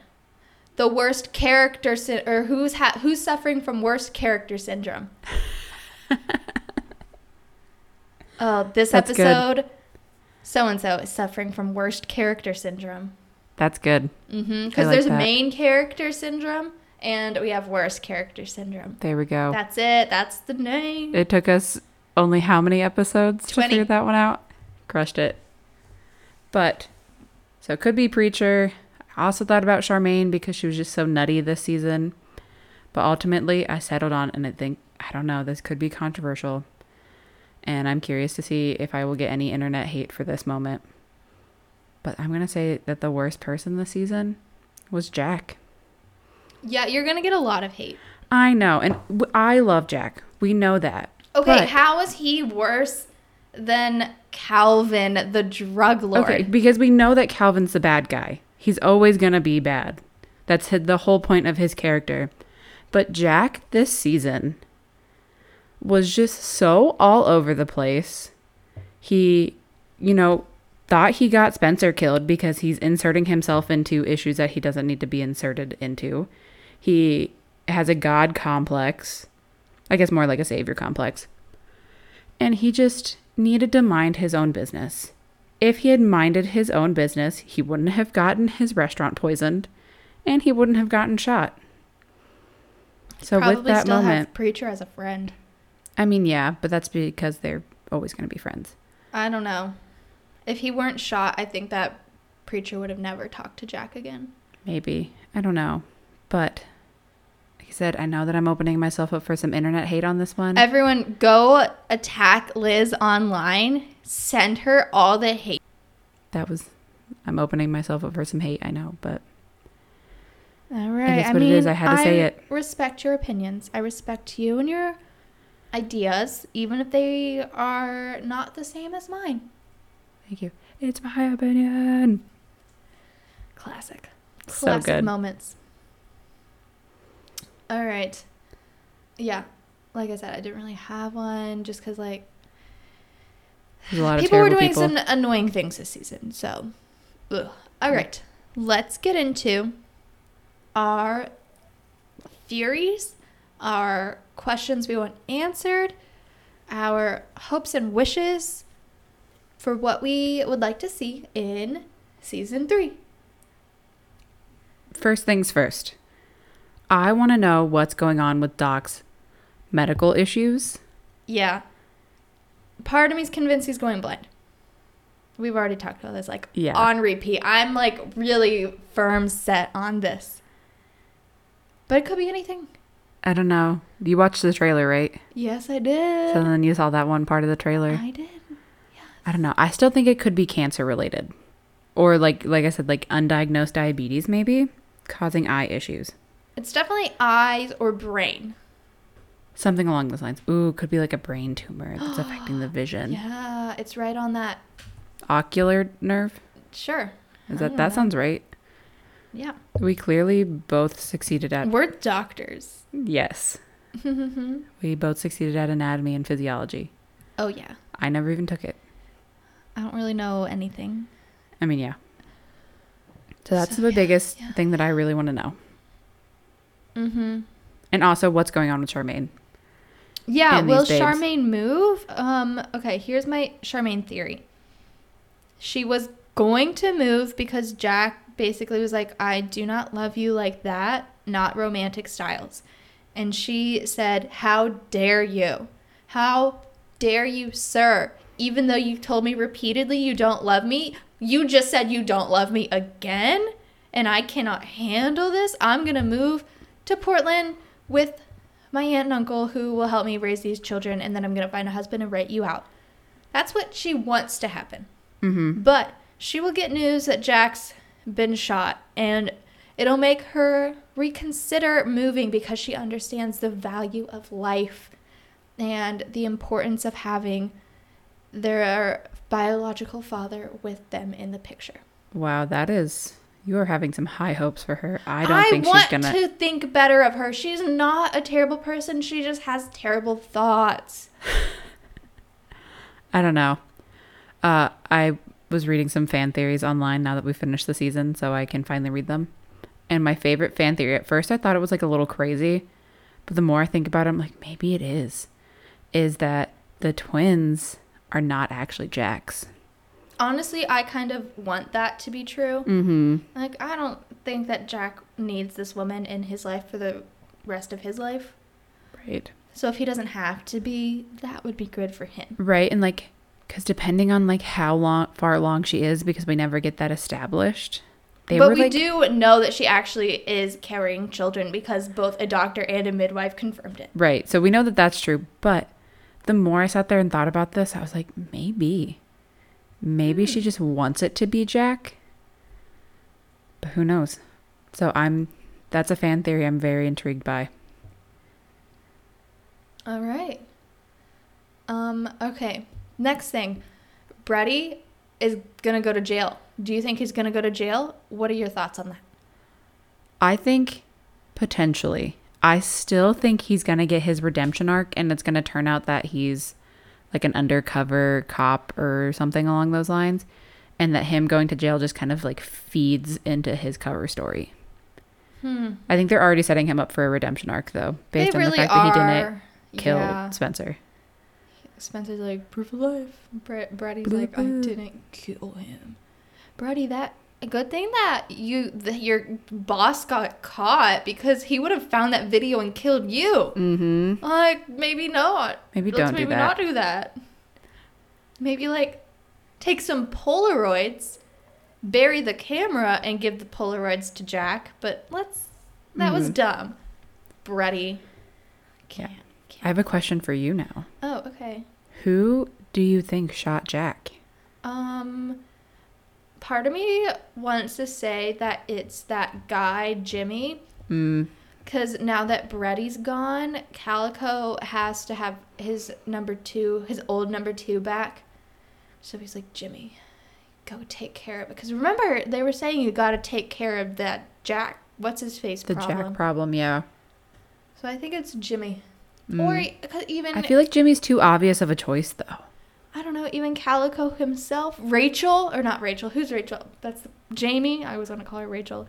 Speaker 1: The worst character sy- or who's ha- who's suffering from worst character syndrome. Oh, this
Speaker 2: That's good.
Speaker 1: episode so and so is suffering from worst character syndrome.
Speaker 2: That's good.
Speaker 1: Mhm,
Speaker 2: I
Speaker 1: cuz
Speaker 2: like
Speaker 1: there's
Speaker 2: that.
Speaker 1: main character syndrome and we have worst character syndrome.
Speaker 2: There we go.
Speaker 1: That's it. That's the name.
Speaker 2: Oh. It took us only how many episodes to
Speaker 1: 20.
Speaker 2: figure that one out? Crushed it. But so it could be Preacher. I also thought about Charmaine because she was just so nutty this season. But ultimately, I settled on, and I think, I don't know, this could be controversial. And I'm curious to see if I will get any internet hate for this moment. But I'm going to say that the worst person this season was Jack.
Speaker 1: Yeah, you're going to get a lot of hate.
Speaker 2: I know. And w- I love Jack. We know that.
Speaker 1: Okay,
Speaker 2: But-
Speaker 1: how is he worse than Calvin, the drug lord?
Speaker 2: Okay, because we know that Calvin's the bad guy. He's always going to be bad. That's hi- the whole point of his character. But Jack this season was just so all over the place. He, you know, thought he got Spencer killed because he's inserting himself into issues that he doesn't need to be inserted into. He has a god complex. I guess more like a savior complex. And he just needed to mind his own business. If he had minded his own business, he wouldn't have gotten his restaurant poisoned and he wouldn't have gotten shot. So,
Speaker 1: Probably
Speaker 2: with that
Speaker 1: still
Speaker 2: moment,
Speaker 1: have preacher as a friend.
Speaker 2: I mean, yeah, but that's because they're always going to be friends.
Speaker 1: I don't know. If he weren't shot, I think that preacher would have never talked to Jack again.
Speaker 2: Maybe. I don't know. But like I said, I know that I'm opening myself up for some internet hate on this
Speaker 1: Mm.
Speaker 2: one.
Speaker 1: Everyone, go attack Liz online. Send her all the hate.
Speaker 2: that was, I'm opening myself up for some hate, I know, but
Speaker 1: All right.
Speaker 2: is what it is. I had to say
Speaker 1: I
Speaker 2: it.
Speaker 1: Respect your opinions. I respect you and your ideas, even if they are not the same as mine.
Speaker 2: thank you. It's my opinion.
Speaker 1: Classic.
Speaker 2: So
Speaker 1: Classic
Speaker 2: good.
Speaker 1: moments. All right. Yeah. Like I said, I didn't really have one just because, like,
Speaker 2: There's a lot of
Speaker 1: people were
Speaker 2: terrible
Speaker 1: doing some
Speaker 2: people.
Speaker 1: annoying things this season. So, ugh. all right. Let's get into our theories, our questions we want answered, our hopes and wishes for what we would like to see in season three.
Speaker 2: First things first, I want to know what's going on with Doc's medical issues.
Speaker 1: Yeah. Part of me's convinced he's going blind. We've already talked about this, like
Speaker 2: Yeah.
Speaker 1: on repeat. I'm like really firm set on this. But it could be anything.
Speaker 2: I don't know. You watched the trailer, right?
Speaker 1: Yes, I did.
Speaker 2: So then you saw that one part of the trailer.
Speaker 1: Uh, I did.
Speaker 2: I don't know. I still think it could be cancer related. Or like like I said, like undiagnosed diabetes maybe causing eye issues.
Speaker 1: It's definitely eyes or brain.
Speaker 2: Something along those lines. Ooh, could be like a brain tumor that's affecting the vision.
Speaker 1: Yeah, it's right on that.
Speaker 2: Ocular nerve?
Speaker 1: Sure.
Speaker 2: Is
Speaker 1: I
Speaker 2: that
Speaker 1: don't
Speaker 2: that
Speaker 1: know.
Speaker 2: sounds right?
Speaker 1: Yeah.
Speaker 2: We clearly both succeeded at
Speaker 1: We're doctors.
Speaker 2: Yes.
Speaker 1: oh,
Speaker 2: We both succeeded at anatomy and physiology.
Speaker 1: yeah.
Speaker 2: I never even took it.
Speaker 1: I don't really know anything.
Speaker 2: I mean, yeah. So that's
Speaker 1: So,
Speaker 2: the
Speaker 1: yeah,
Speaker 2: biggest
Speaker 1: yeah.
Speaker 2: thing that I really want to know.
Speaker 1: Mm hmm.
Speaker 2: And also what's going on with Charmaine.
Speaker 1: Yeah,
Speaker 2: and
Speaker 1: will
Speaker 2: these babes.
Speaker 1: Charmaine move? Um, okay, here's my Charmaine theory. She was going to move because Jack basically was like, I do not love you like that, not romantic styles. And she said, How dare you? How dare you, sir? Even though you told me repeatedly you don't love me, you just said you don't love me again, and I cannot handle this. I'm going to move to Portland with my aunt and uncle who will help me raise these children, and then I'm going to find a husband and write you out. That's what she wants to happen.
Speaker 2: Mm-hmm.
Speaker 1: But she will get news that Jack's been shot, and it'll make her reconsider moving because she understands the value of life and the importance of having their biological father with them in the picture.
Speaker 2: Wow, that is. You are having some high hopes for her. I don't think
Speaker 1: want
Speaker 2: she's gonna.
Speaker 1: to think better of her. She's not a terrible person. She just has terrible thoughts.
Speaker 2: I don't know. Uh, I was reading some fan theories online now that we finished the season, so I can finally read them. And my favorite fan theory at first, I thought it was like a little crazy, but the more I think about it, I'm like, maybe it is. Is that the twins are not actually Jack's?
Speaker 1: Honestly, I kind of want that to be true.
Speaker 2: Mm-hmm.
Speaker 1: Like, I don't think that Jack needs this woman in his life for the rest of his life.
Speaker 2: Right.
Speaker 1: So if he doesn't have to be, that would be good for him.
Speaker 2: Right, and like, because depending on like how long, far along she is, because we never get that established. They
Speaker 1: but
Speaker 2: were
Speaker 1: we
Speaker 2: like,
Speaker 1: do know that she actually is carrying children because both a doctor and a midwife confirmed it.
Speaker 2: Right. So we know that that's true. But the more I sat there and thought about this, I was like, maybe. Maybe
Speaker 1: Hmm.
Speaker 2: she just wants it to be Jack. But who knows? So I'm. That's a fan theory I'm very intrigued by.
Speaker 1: All right. Um, okay. Next thing. Brady is going to go to jail. Do you think he's going to go to jail? What are your thoughts on that?
Speaker 2: I think potentially. I still think he's going to get his redemption arc and it's going to turn out that he's like an undercover cop or something along those lines and that him going to jail just kind of like feeds into his cover story.
Speaker 1: Hmm.
Speaker 2: I think they're already setting him up for a redemption arc though, based on the fact that he didn't kill Spencer.
Speaker 1: Spencer's like, proof of life. Bra- Brady's
Speaker 2: Blah,
Speaker 1: like, I
Speaker 2: blah.
Speaker 1: didn't kill him. Brady, that a good thing that you that your boss got caught because he would have found that video and killed you.
Speaker 2: Mhm.
Speaker 1: Like, maybe not.
Speaker 2: Maybe
Speaker 1: Let's
Speaker 2: don't do
Speaker 1: maybe
Speaker 2: that.
Speaker 1: not do that. Maybe like take some Polaroids, bury the camera, and give the Polaroids to Jack. But let's that was
Speaker 2: Mm-hmm.
Speaker 1: dumb. Brady.
Speaker 2: Yeah.
Speaker 1: Can't,
Speaker 2: I have a question for you now.
Speaker 1: Oh, okay.
Speaker 2: Who do you think shot Jack?
Speaker 1: Um, part of me wants to say that it's that guy Jimmy,
Speaker 2: Mm.
Speaker 1: because now that Brady's gone, Calico has to have his number two, his old number two back. So he's like, Jimmy, go take care of it. Because remember, they were saying you got to take care of that Jack. What's his face
Speaker 2: The
Speaker 1: problem?
Speaker 2: Jack problem, yeah.
Speaker 1: so I think it's Jimmy, or
Speaker 2: Mm.
Speaker 1: e- 'cause even
Speaker 2: I feel like Jimmy's too obvious of a choice though.
Speaker 1: I don't know, even Calico himself, Rachel, or not Rachel, who's Rachel? That's Jamie. I was going to call her Rachel.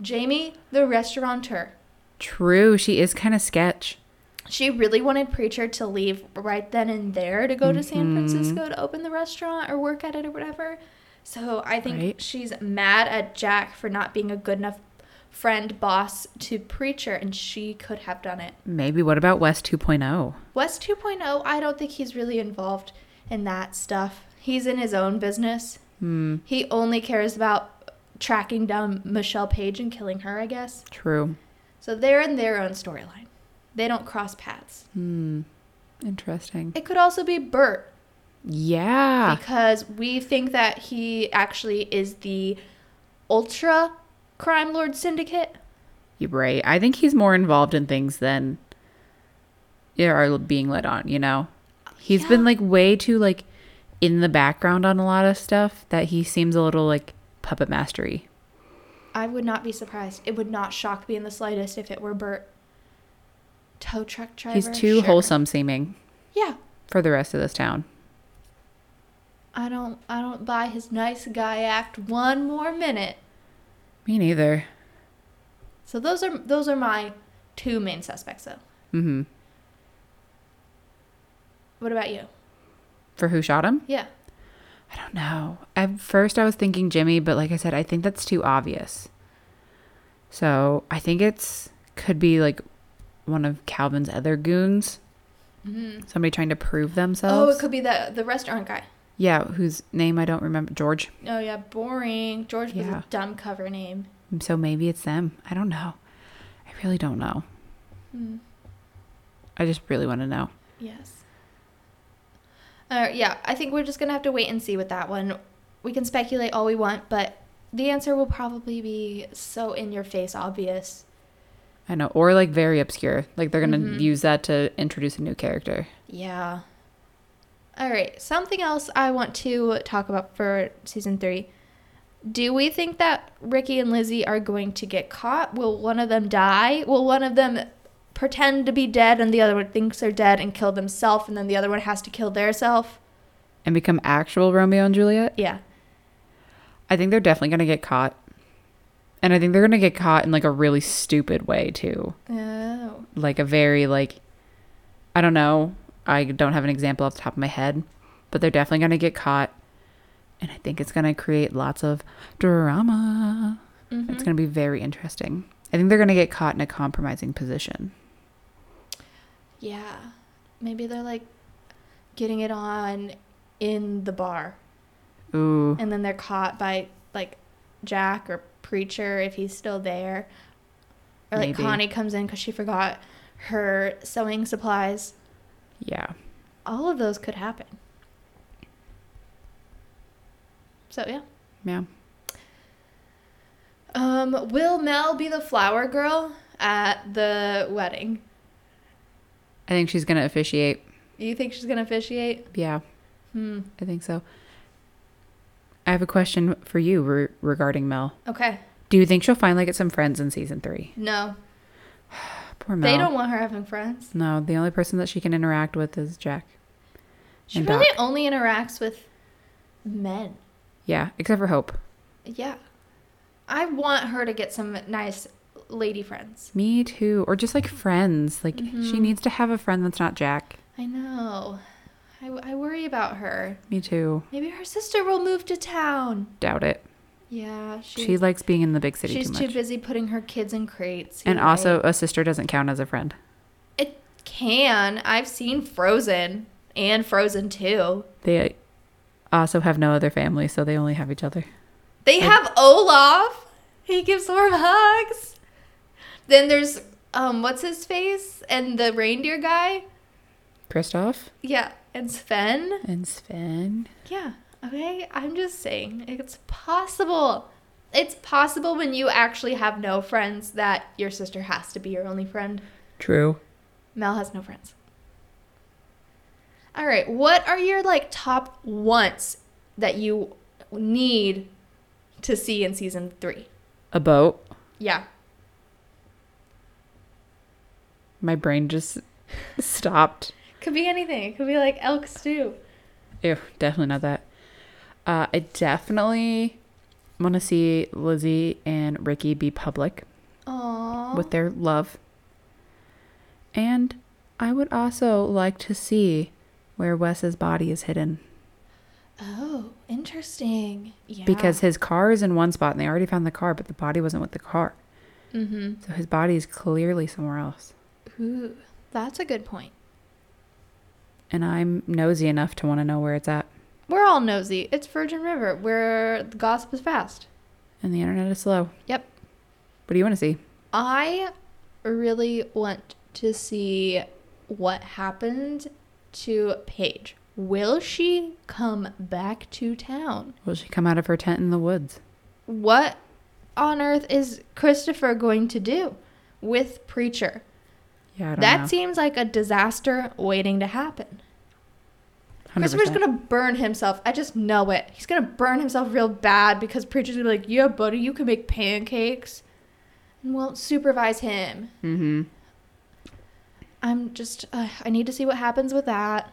Speaker 1: Jamie, the restaurateur.
Speaker 2: True, she is kind of sketch.
Speaker 1: She really wanted Preacher to leave right then and there to go to San
Speaker 2: Mhm.
Speaker 1: Francisco to open the restaurant or work at it or whatever. So I think
Speaker 2: Right.
Speaker 1: she's mad at Jack for not being a good enough friend boss to Preacher, and she could have done it.
Speaker 2: Maybe what about West oh? 2.0?
Speaker 1: West 2.0, oh, I don't think he's really involved in that stuff. He's in his own business.
Speaker 2: Hmm,
Speaker 1: He only cares about tracking down Michelle Page and killing her, I guess.
Speaker 2: true.
Speaker 1: So they're in their own storyline. They don't cross paths.
Speaker 2: Hmm, interesting.
Speaker 1: It could also be Bert
Speaker 2: Yeah.
Speaker 1: because we think that he actually is the ultra crime lord syndicate.
Speaker 2: You're right. I think he's more involved in things than are being let on, you know? he's been
Speaker 1: Yeah.
Speaker 2: like way too like in the background on a lot of stuff that he seems a little like puppet mastery.
Speaker 1: I would not be surprised. It would not shock me in the slightest if it were Bert. Tow truck driver.
Speaker 2: he's too
Speaker 1: Sure.
Speaker 2: wholesome seeming
Speaker 1: Yeah.
Speaker 2: for the rest of this town.
Speaker 1: I don't I don't buy his nice guy act one more minute.
Speaker 2: Me neither.
Speaker 1: So those are those are my two main suspects though.
Speaker 2: Mm-hmm.
Speaker 1: What about you?
Speaker 2: For who shot him?
Speaker 1: Yeah.
Speaker 2: I don't know. At first, I was thinking Jimmy, but like I said, I think that's too obvious. So I think it's could be like one of Calvin's other goons Somebody trying to prove
Speaker 1: Mm-hmm. Oh,
Speaker 2: themselves.
Speaker 1: it could be the the restaurant guy.
Speaker 2: yeah, whose name I don't remember. George.
Speaker 1: Oh yeah, boring. George was
Speaker 2: Yeah.
Speaker 1: a dumb cover name.
Speaker 2: So maybe it's them. I don't know. I really don't know.
Speaker 1: Hmm.
Speaker 2: I just really want to know.
Speaker 1: Yes. Uh, yeah, I think we're just gonna have to wait and see with that one. We can speculate all we want, but the answer will probably be so in your face obvious.
Speaker 2: I know. Or like very obscure. Like they're going to
Speaker 1: Mhm.
Speaker 2: use that to introduce a new character.
Speaker 1: Yeah. All right, something else I want to talk about for season three. Do we think that Ricky and Lizzie are going to get caught? Will one of them die? Will one of them pretend to be dead and the other one thinks they're dead and kill themselves and then the other one has to kill theirself?
Speaker 2: And become actual Romeo and Juliet.
Speaker 1: Yeah.
Speaker 2: I think they're definitely going to get caught. And I think they're going to get caught in like a really stupid way too.
Speaker 1: Oh.
Speaker 2: Like a very like I don't know. I don't have an example off the top of my head, but they're definitely going to get caught. And I think it's going to create lots of drama.
Speaker 1: Mhm.
Speaker 2: It's going to be very interesting. I think they're going to get caught in a compromising position.
Speaker 1: Yeah. Maybe they're like getting it on in the bar.
Speaker 2: Ooh.
Speaker 1: And then they're caught by like Jack or Preacher if he's still there. Or like
Speaker 2: Maybe.
Speaker 1: Connie comes in because she forgot her sewing supplies.
Speaker 2: Yeah.
Speaker 1: All of those could happen. So yeah.
Speaker 2: Yeah.
Speaker 1: Um, will Mel be the flower girl at the wedding?
Speaker 2: I think she's going to officiate.
Speaker 1: Do you think she's gonna officiate?
Speaker 2: Yeah,
Speaker 1: Hmm.
Speaker 2: I think so. I have a question for you re- regarding Mel.
Speaker 1: Okay.
Speaker 2: Do you think she'll finally get some friends in season three?
Speaker 1: No.
Speaker 2: Poor Mel.
Speaker 1: They don't want her having friends.
Speaker 2: No, the only person that she can interact with is Jack.
Speaker 1: She
Speaker 2: and
Speaker 1: really only interacts with men.
Speaker 2: Yeah, except for Hope.
Speaker 1: Yeah. I want her to get some nice lady friends.
Speaker 2: Me too. Or just like friends. Like she
Speaker 1: Mhm.
Speaker 2: needs to have a friend that's not Jack.
Speaker 1: I know. I, I worry about her.
Speaker 2: Me too.
Speaker 1: Maybe her sister will move to town.
Speaker 2: Doubt it.
Speaker 1: Yeah, she,
Speaker 2: she likes being in the big city
Speaker 1: she's
Speaker 2: too
Speaker 1: too,
Speaker 2: much.
Speaker 1: busy putting her kids in crates.
Speaker 2: and
Speaker 1: You're
Speaker 2: also,
Speaker 1: right.
Speaker 2: a sister doesn't count as a friend.
Speaker 1: it can. I've seen Frozen and Frozen 2.
Speaker 2: They also have no other family, so they only have each other.
Speaker 1: They have Olaf. He gives warm hugs. Then there's um what's his face and the reindeer guy.
Speaker 2: Kristoff
Speaker 1: Yeah, and Sven.
Speaker 2: and Sven.
Speaker 1: Yeah. Okay, I'm just saying it's possible. It's possible when you actually have no friends that your sister has to be your only friend.
Speaker 2: True.
Speaker 1: Mel has no friends. All right, what are your like top wants that you need to see in season 3?
Speaker 2: A boat.
Speaker 1: Yeah.
Speaker 2: My brain just stopped.
Speaker 1: Could be anything. It could be like elk stew.
Speaker 2: Ew, definitely not that. Uh, I definitely want to see Lizzie and Ricky be public
Speaker 1: Aww.
Speaker 2: with their love. And I would also like to see where Wes's body is hidden
Speaker 1: oh, interesting. Yeah.
Speaker 2: because his car is in one spot and they already found the car, but the body wasn't with the car.
Speaker 1: Mm-hmm.
Speaker 2: So his body is clearly somewhere else.
Speaker 1: Ooh, that's a good point.
Speaker 2: And I'm nosy enough to want to know where it's at.
Speaker 1: We're all nosy. It's Virgin River, where the gossip is fast.
Speaker 2: And the internet is slow.
Speaker 1: Yep.
Speaker 2: What do you want to see?
Speaker 1: I really want to see what happened to Paige. Will she come back to town?
Speaker 2: Will she come out of her tent in the woods?
Speaker 1: What on earth is Christopher going to do with Preacher?
Speaker 2: Yeah, I don't
Speaker 1: That
Speaker 2: know.
Speaker 1: seems like a disaster waiting to happen.
Speaker 2: 100%.
Speaker 1: Christopher's gonna burn himself. I just know it. He's gonna burn himself real bad because preacher's gonna be like, "Yeah, buddy, you can make pancakes," and won't supervise him.
Speaker 2: Mm-hmm.
Speaker 1: I'm just, uh, I need to see what happens with that.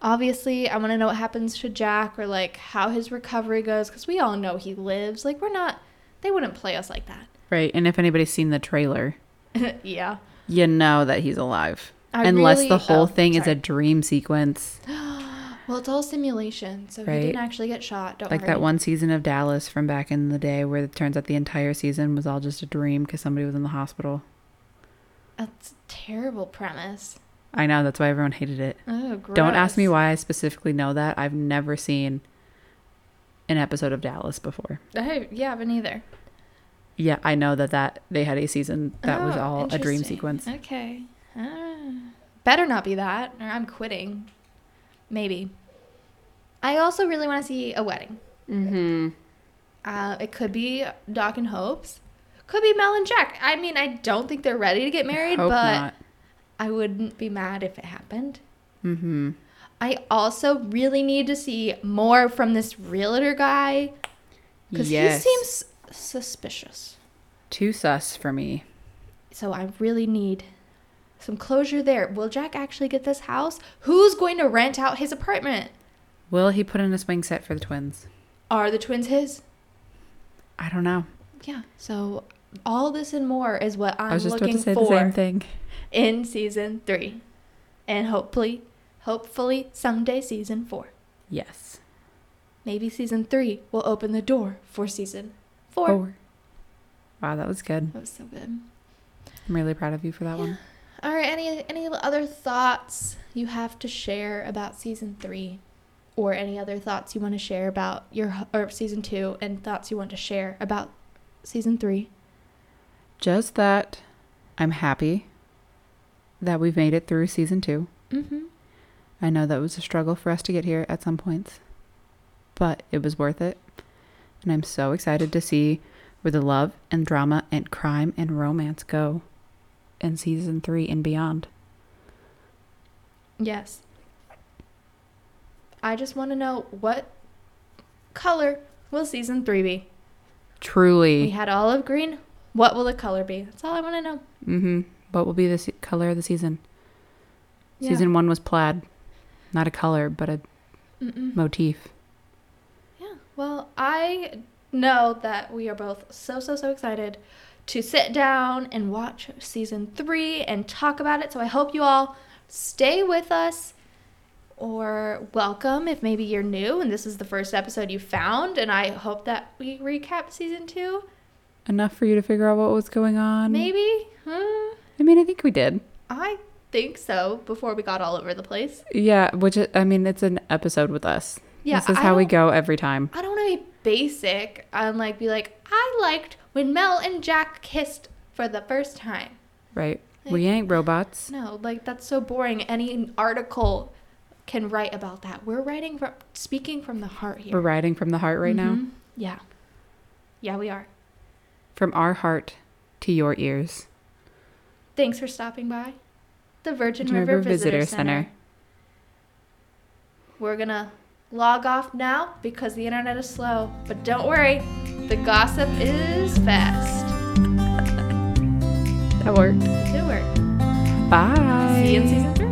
Speaker 1: Obviously, I want to know what happens to Jack or like how his recovery goes because we all know he lives. Like we're not, they wouldn't play us like
Speaker 2: Right. And if anybody's seen the trailer,
Speaker 1: that. yeah.
Speaker 2: you know that he's alive.
Speaker 1: I
Speaker 2: Unless the
Speaker 1: really-
Speaker 2: whole
Speaker 1: oh,
Speaker 2: thing is
Speaker 1: sorry.
Speaker 2: a dream sequence,
Speaker 1: Well, it's all simulation, so
Speaker 2: Right.
Speaker 1: he didn't actually get shot. Don't
Speaker 2: like
Speaker 1: worry.
Speaker 2: that one season of Dallas from back in the day where it turns out the entire season was all just a dream because somebody was in the hospital.
Speaker 1: That's a terrible premise.
Speaker 2: I know that's why everyone hated it.
Speaker 1: Oh, gross.
Speaker 2: Don't ask me why I specifically know that. I've never seen an episode of Dallas before.
Speaker 1: I, yeah, I haven't either.
Speaker 2: Yeah, I know that that they had a season that was
Speaker 1: Oh,
Speaker 2: all a dream
Speaker 1: interesting.
Speaker 2: sequence.
Speaker 1: Okay. Ah. Better not be that, or I'm quitting. Maybe. I also really want to see a wedding.
Speaker 2: Mm-hmm.
Speaker 1: Uh, it could be Doc and Hope's. Could be Mel and Jack. I mean, I don't think they're ready to get married,
Speaker 2: Hope
Speaker 1: but
Speaker 2: not.
Speaker 1: I wouldn't be mad if it happened.
Speaker 2: Mm-hmm.
Speaker 1: I also really need to see more from this realtor guy because
Speaker 2: Yes.
Speaker 1: he seems suspicious.
Speaker 2: too sus for me.
Speaker 1: So I really need some closure there. Will Jack actually get this house? Who's going to rent out his apartment?
Speaker 2: Will he put in a swing set for the twins?
Speaker 1: Are the twins his?
Speaker 2: I don't know.
Speaker 1: Yeah. So all this and more is what I'm
Speaker 2: i was just about
Speaker 1: looking
Speaker 2: to say the
Speaker 1: for
Speaker 2: same thing.
Speaker 1: in season three, and hopefully, hopefully someday season four.
Speaker 2: Yes.
Speaker 1: Maybe season three will open the door for season four.
Speaker 2: Four. Wow, that was good.
Speaker 1: That was so good.
Speaker 2: I'm really proud of you for that one.
Speaker 1: All right. Any any other thoughts you have to share about season three, or any other thoughts you want to share about your h- or season two, and thoughts you want to share about season three?
Speaker 2: Just that I'm happy that we've made it through season two.
Speaker 1: Mm-hmm.
Speaker 2: I know that was a struggle for us to get here at some points, but it was worth it. And I'm so excited to see where the love and drama and crime and romance go in season three and beyond.
Speaker 1: Yes. I just want to know what color will season three be? We
Speaker 2: Truly.
Speaker 1: had olive green. What will the color be? That's all I want to know.
Speaker 2: Mm-hmm. What will be the se- color of the season?
Speaker 1: Yeah.
Speaker 2: Season one was plaid. Not a color, but a
Speaker 1: Mm-mm.
Speaker 2: motif.
Speaker 1: Yeah. Well, I know that we are both so, so, so excited to sit down and watch season three and talk about it. So I hope you all stay with us or welcome if maybe you're new and this is the first episode you found. And I hope that we recap season two.
Speaker 2: Enough for you to figure out what was going on?
Speaker 1: Maybe. Hmm.
Speaker 2: I mean, I think we did.
Speaker 1: I think so before we got all over the place.
Speaker 2: Yeah, which, I- I mean, it's an episode with us.
Speaker 1: Yeah,
Speaker 2: This is
Speaker 1: I
Speaker 2: how we
Speaker 1: don't-
Speaker 2: go every time.
Speaker 1: I don't want to be basic and like be like, I liked when Mel and Jack kissed for the first time.
Speaker 2: Right. We ain't robots.
Speaker 1: No, like that's so boring. Any article can write about that. We're writing from speaking from the heart
Speaker 2: We're
Speaker 1: here.
Speaker 2: riding from the heart right now.
Speaker 1: Mhm. Yeah. Yeah, we are.
Speaker 2: From our heart to your ears.
Speaker 1: Thanks for stopping by. The Virgin
Speaker 2: Virgin
Speaker 1: River,
Speaker 2: River
Speaker 1: Visitor,
Speaker 2: Visitor
Speaker 1: Center.
Speaker 2: Center.
Speaker 1: We're going to log off now because the internet is slow, but don't worry. The gossip is fast.
Speaker 2: That worked.
Speaker 1: It worked.
Speaker 2: Bye.
Speaker 1: See you in season 3.